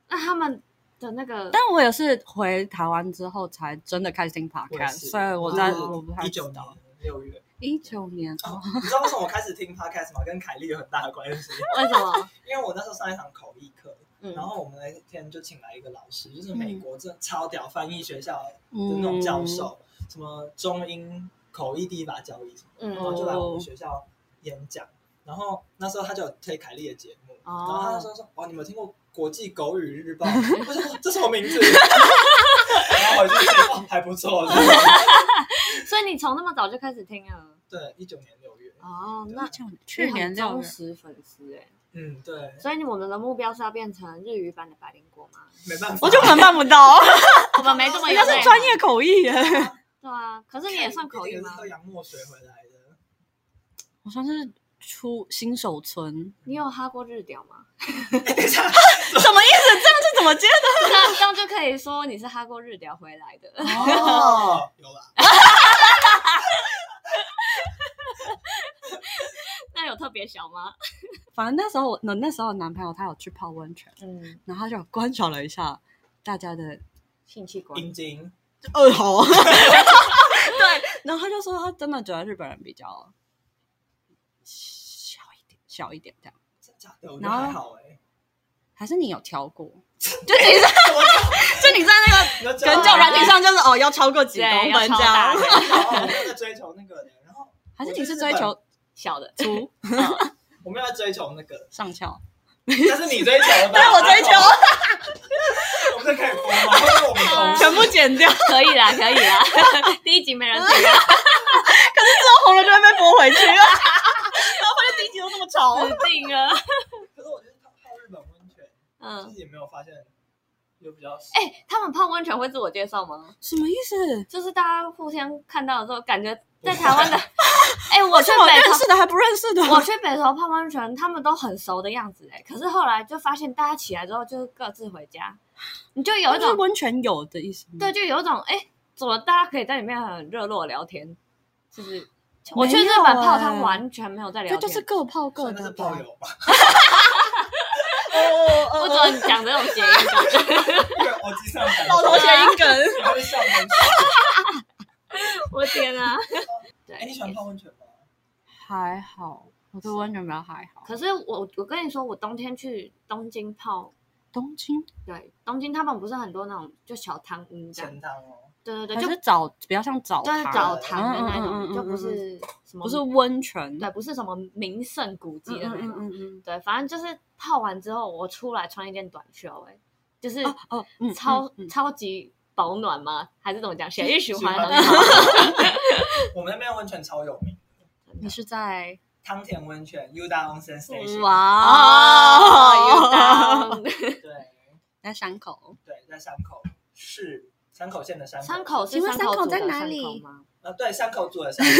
那他们的那个，
但我也是回台湾之后才真的开始听
我也
podcast，
是
所以我在
就是
我不太
一
知
九年
道。
六月，
一九年哦，
你知道为什么我开始听 podcast 吗？跟凯莉有很大的关系，
为什 么？
因为我那时候上一堂口译课，
嗯
然后我们那天就请来一个老师，就是美国这超屌翻译学校的那
嗯，
种教授，
嗯
什么中英口译第一把交椅什么的，然后
嗯
就来我们学校演讲。然后那时候他就有推凯莉的节目，
哦
然后他就说说哇，你们有听过《国际狗语 日报》吗？我 说这什么名字？然后我就觉得哦还不错，
所所以你从那么早就开始听了。
对，一九年六月。
哦，那
去年
你很
六
忠
月，
实粉丝哎、
嗯，对，
所以你我们的目标是要变成日语版的百灵果吗？
没办法，
我就很办不到，
我们没这么
人
有
家
内
是
涵
专业口译耶。
对啊，可是你也算口译
也是
吗
喝？洋墨水回来的。
我算是出新手村，
你有哈过日屌 吗？
哎等一 下，
什么意思？这样是怎么接的？
这样这样就可以说你是哈过日屌回来的。
哦，有啦，
那有特别小吗？
反正那时候我那那时候男朋友他有去泡温泉，
嗯，
然后他就观察了一下大家的
性器官。
阴茎。
二头，对，然后他就说他真的觉得日本人比较小一点，小一点这样。
真假的，我觉得还好 哎。
还是你有挑过？
就你在那个
你就知道
人教软体上，就是哦，要超过几
啊对
公
要
分
超
这
大的。
样
哦我没有在追求那个的，然后
还是你是追求
小的，
粗
我没有在追求那 个，
上翘？
但是你追求的吧？
对我追求，
我们这可以播吗？因为我们同
全部剪掉，
可以啦，可以啦。 第一集没人听啊，
红了就会被拨回去。然后发现第一集都这么吵，
死定了。
可是我觉得泡泡日本温泉，就
嗯，
是也没有发现有比较少。
哎、他们泡温泉会自我介绍吗？
什么意思？
就是大家互相看到的时候，感 觉在台湾的，哎、哦我去
是我
北
认
投
识的还不认识的，
我去北投泡温泉，他们都很熟的样子哎、可是后来就发现大家起来之后就是各自回家，你就有一
就是
种
温泉友的意思吗？
对，就有一种哎、怎么大家可以在里面很热络地聊天？就是
没有
我去日本泡汤
欸
完全没有在聊
就
天，
就是各泡各
所以那
的
是
吧
泡。友吧？
哦
不
哦哦，
准讲这种谐音梗。
因为我机上感
老头
觉
谐音梗。
你还会笑温泉。
我天啊！ 对，
哎，你喜欢泡温 泉吗？
还好，我对温泉比较还好。
可是我我跟你说，我冬天去东京泡，
东京
对，东京他们不是很多那种就小汤屋这样
前，汤哦，
对对
还
对，就是
澡比较像澡
就是
堂，
澡堂的那
嗯嗯嗯嗯
种，
嗯
就不
嗯
是什么，
不是温泉。
对，不是什么名胜古迹
嗯
的那
嗯
种，
嗯嗯
对，反正就是泡完之后，我出来穿一件短袖，哎，就是
嗯。哦哦，嗯
超
嗯嗯
超级保暖吗？还是怎么讲？血液循
喜欢
环
泡
的
啊
温
东 西。
泉。 我们那边温泉超有名，
你是在
汤田温泉 Uda Onsen Station。
哦
哦
哇
哦，有道
对
哦在山口，
对，在山口市山口县的山口。
山口是
请问
山口
山口
组
在
的
哪
山
里
口吗？
呃，对，山口组的山口。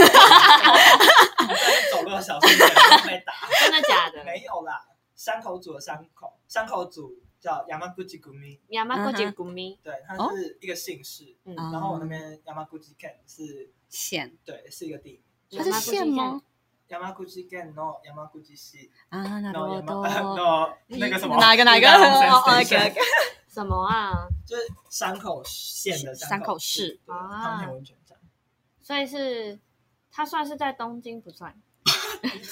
走路要小心点，被打。
真的假的？
没有啦，山口组的山口，山口组叫 Yamaguchi Gumi，
亚麻过节
嗯哼
谷咪，
对，它
哦
是一个姓氏。
嗯
然后我那边 Yamaguchi Ken 是，
县，
对，是一个地
它是县吗？
？Yamaguchi Ken no Yamaguchi 市
啊，那
no
多
Yama
多
no 那个什么
哪一个哪一个
Uda Onsen
哦哦
Station
OK，OK
什么啊？
就是山口县的
山口市
对
啊
汤田温泉站，
所以是它算是在东京不算，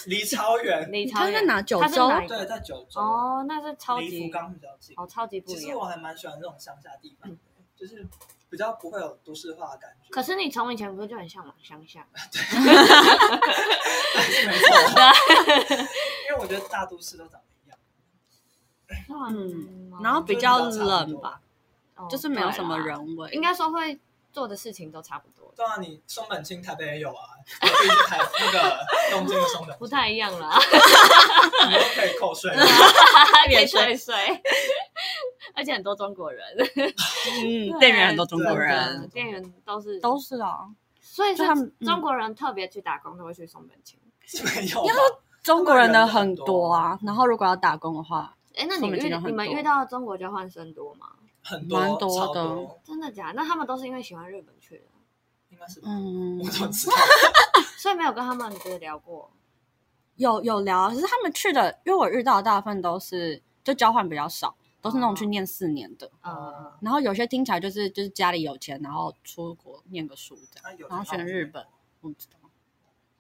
离超远。
离超
它
远
在哪九
它是
州
哪一个
对，在九州，
哦，那是超
离
级
福冈比较近。
哦，超级不
其
一
实
样。
我还蛮喜欢这种乡下地方的，就是比较不会有都市化的感觉。
可是你从以前不是就很向往乡下吗？
没错，因为我觉得大都市都长得一样，
嗯
算吗
然后比较冷吧，
嗯哦
就是没有什么
对啦
人味，
应该说会做的事情都差不多，
对啊，你松本清台北也有啊，我可以去台那个东京的松本
不
清，
太一样 啦，
你都可以扣税了。
免税税，而且很多中国人，
嗯，
对
店员很多中国
真的
人，
店员都是
都是啊。
所以
就是他们嗯
中国人特别去打工都会去松本清。
没有吧，
中国人的
中国人
很
很
多啊，然后如果要打工的话，
哎，那
松
你
本清
遇
人很
你们
多
遇到中国交换生多吗？
很
蛮多
超
的
多，
真的假的那他们都是因为喜欢日本去的，
应该是吧
嗯
我，怎么知道？
所以没有跟他们就是聊过。
有有聊，啊可是他们去的，因为我遇到的大部分都是就交换比较少，都是那种去念四年的，
呃，
然后有些听起来就是就是家里有钱，然后出国念个书这样，
他有
然后选日本，我不知道，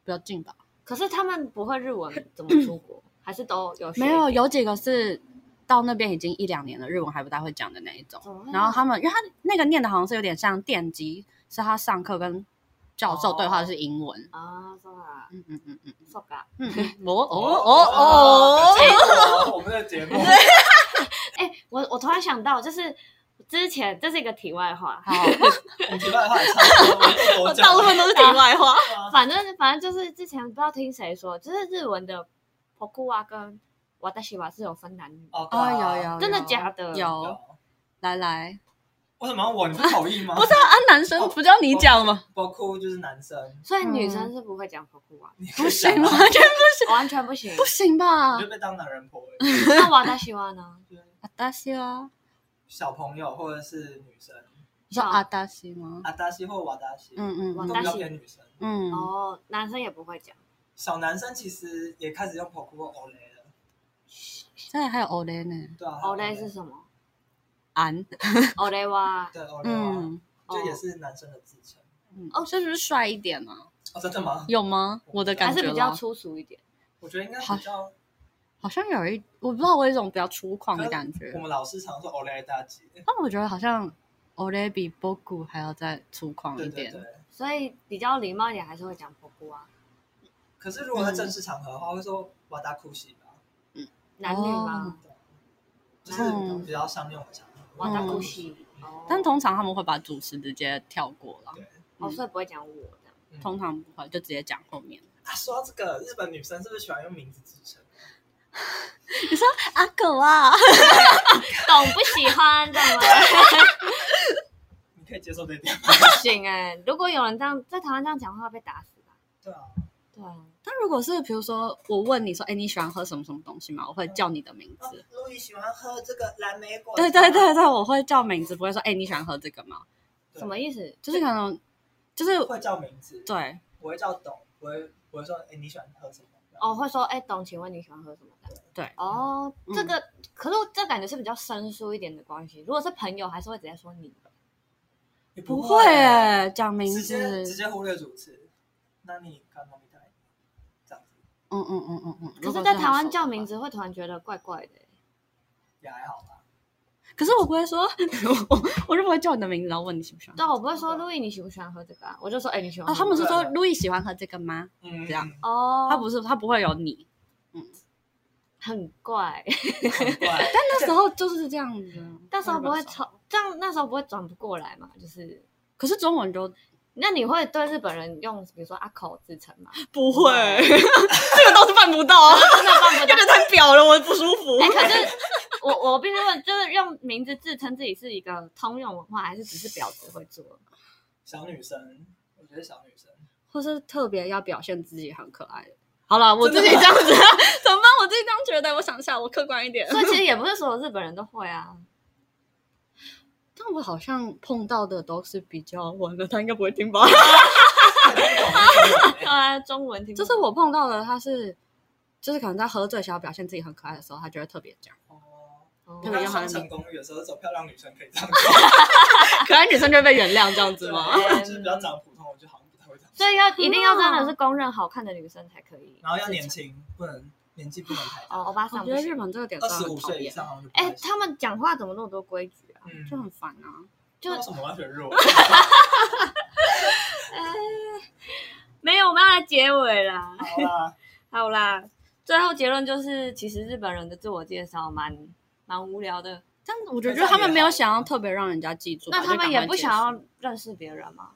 比较近吧？
可是他们不会日文，怎么出国？还是都有学
没有，有几个是到那边已经一两年了，日文还不太会讲的那一种。
怎么会
然后他们，因为他那个念的好像是有点像电机，是他上课跟教授对话的是英文。
啊，是吧？
嗯嗯嗯嗯
是吧？
嗯嗯，我
哦
哦哦哦，
哦，我们的节目
哎，我我突然想到，就是之前这是一个题外话，
好，
你题外话也差不多，我讲
大部分都是题外话。
哦
反正反正就是之前不知道听谁说，就是日文的 “pokua” 跟 “watashi” 是有分男女，
哦
哦，有，有，
真的
有
假的
对啊
有，来来，
为什么我？你不口译吗？
不是啊，啊男
哦
生不就你讲吗？
包括就是男生，
所以女
嗯
生是不会讲 “pokua”，、
你可
不
以
行，
讲啊
完全
完全 不行
不。行吧
你就？被当男人婆了，
那 “watashi” 呢？
就是
阿达西啊，
小朋友或者是女生，
你说啊
好
阿达西吗？
阿达西或瓦达西，
嗯
瓦
嗯
都
达
比
西
较偏女生。
嗯，
哦，男生也不会讲。
小男生其实也开始用 p o k o o l e 了，
现在还有 o l 呢，
对啊
o l 是
是，
什么
安，
o l 哇，
对 o l 啊，
嗯，
就也是男生的自称。
哦，这就是帅一点嘛？
哦，真的吗？
有吗？我的
还
感
是
觉
比较
啦
粗俗一点。
我觉得应该
好
比较，
好像有一，我不知道，我有一种比较粗犷的感觉
我。们老师常说 o l e 大姐，
但我觉得好像 o l 比 Bogu 还要再粗犷
对
一
对
点。
对。
所以比较礼貌一点，还是会讲婆婆啊，
可是如果在
嗯
正式场合的话，会说瓦达库西吧，
男女
哦
嘛，
就是
嗯
比较商用的场合。
哇，大姑息，哦
但嗯通常他们会把主持直接跳过了，
哦，所以不会讲我这样，
嗯
通常不会，就直接讲后面。
啊，说到这个，日本女生是不是喜欢用名字自称？
阿狗啊，
懂不喜欢，懂吗？
你可以接受这一点吗？
不行哎，如果有人这样在台湾这样讲话，会被打死吧？
对啊，
对啊，
但如果是比如说我问你说，哎，你喜欢喝什么什么东西吗？我会叫你的名
啊
字。
路易喜欢喝这个蓝莓果。
对对对，对，我会叫名字，不会说，哎，你喜欢喝这个吗？
对
什么意思？
就是可能，就是
会叫名字，
对，
我会叫董，我会我会说，哎，你喜欢喝什么？
哦，会说哎，董，请问你喜欢喝什么的？
对
哦，
嗯
这个可是这感觉是比较生疏一点的关系。如果是朋友，还是会直接说你。
也
不
会啊
会哎，讲名
直
字，
接直接忽略主持。那你看到没带？这样子
嗯嗯嗯嗯嗯。
可
如果
是，在台
很熟
湾
的
叫
话
名字会突然觉得怪怪的。欸
也还好吧。
可是我不会 说，我我就不会叫你的名字，然后问你喜不喜欢。
对啊，我不会说路易，你喜不喜欢喝这个啊？我就说哎，你喜欢
哦，
喝
他
这个。
们是说
对
路易喜欢喝这个吗？
嗯
这样
哦，
他不是，他不会有你。
很怪，
很 怪。
那时候就是这样子，
到时候不会
吵。
吵，这样那时候不会转不过来嘛？就是，
可是中文 就
那你会对日本人用比如说阿口自称吗？
不会， 这个倒是办不到啊，
真的办不到
有。点太表了，我不舒服
哎、可是我我必须问，就是用名字自称自己是一个通用文化，还是只是婊子会做？
小女生，我觉得小女生，
或是特别要表现自己很可爱的。好了，我自己这样子， 怎么办？我自己这样觉得，我想一下，我客观一 点。
所以其实也不是所有日本人都会 啊。
但我好像碰到的都是比较晚的，他应该不会听吧？
对啊，中文听不
就
懂
是我碰到的，他是就是可能在喝醉想要表现自己很可爱的时候，他就会特别讲。
哦，
哦
我
特别
看
要
双
喊
城公寓的时候，走漂亮女生可以这样
可爱女生就会被原谅这样子
子
吗？
对就是比较长得普通，我就好像不太会这样。
所以要一定要真
啊
的是公认好看的女生才可以自称。
然后要年轻，不能年纪不能太大，
哦，欧巴
我
桑
觉
不
得
行。
日本这个点
二
真的
十
很
五
讨
岁以
厌，
上好像就不
哎、
太行
他们讲话怎么那么多规矩 啊？
嗯，
就很烦啊。
就
为什么我要选弱？
呃
没有，我们要来结尾啦。
好啦，
好啦，最后结论就是，其实日本人的自我介绍蛮蛮无聊的。
但我觉得他们没有想要特别让人家记住吧，
那他们
就赶快
也不
结束
想。要认识别人嘛？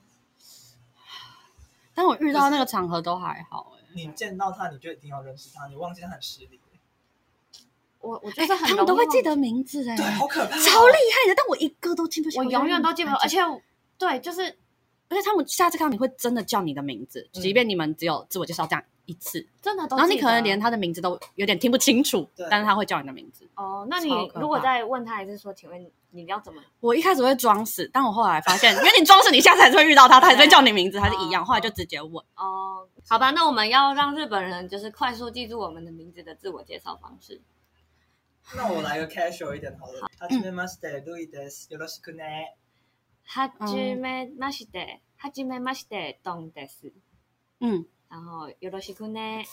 但我遇到那个场合都还好哎、
你见到他，你就一定要认识他，你忘记他很失礼。
我我就是很容
哎他
易
们都会
忘
记得名字 哎、
对，好可怕哦。
超厉害的。但我一个都记不起，
我永远都记不住，而且我对，就是
而且他们下次看到你会真的叫你的名字，
嗯
即便你们只有自我介绍这样一次，
真的都记得。
然后你可能连他的名字都有点听不清楚
对，
但是他会叫你的名字。
哦，那你
超可怕
如果再问他一次说，请问你要怎么？
我一开始会装死，但我后来发现，因为你装死，你下次还是会遇到他，他还是会叫你名字，还是一样。后来就直接问。
哦，好吧，那我们要让日本人就是快速记住我们的名字的自我介绍方式。
嗯
那我来个 casual 一点好了。はじめまして、ルイです。よろしくね。
はじめまして、はじめまして、ドンです。
嗯，
然后よろしくね。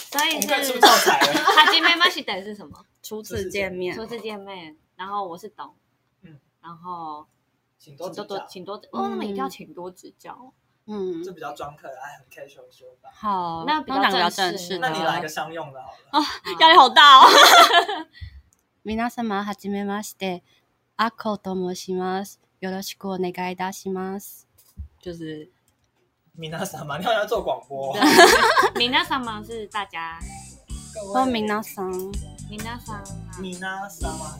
所以
我们
是
快出教材了。
はじめまして是什么？
初次见面，
初次见面，然后我是董，
嗯，
然后
请多
请
指
多多
教，
请多指，
嗯
哦，那么一定要请多指教。
嗯
这，比较专科的，哎，很 casual 的说法。
好，
那比
比
较
较
正
正
式
式
的
的，
那你来个商用的好了。
压力好大哦。 皆様はじめまして，阿口と申します。よろしくお願いいたします。就是
米娜桑嘛，你好像做广播哦，
米娜桑嘛是大家，
说明那桑，
米娜桑啊，
米娜桑啊嘛，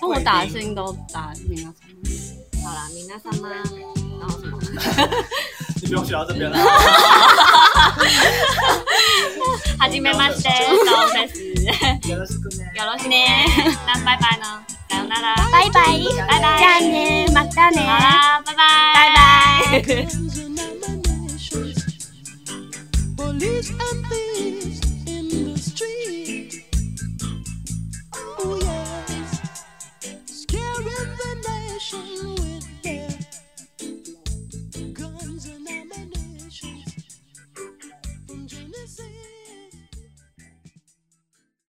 那我打的声音都打明那桑。
好啦，米娜桑嘛，然后什么？
你不用学到这边了。
哈基梅马西，高塞斯，
よろしくね。
有了新年，那拜拜呢？再见啦，
拜拜，
拜拜
じゃあね、またね。
好啦，拜拜，
拜拜。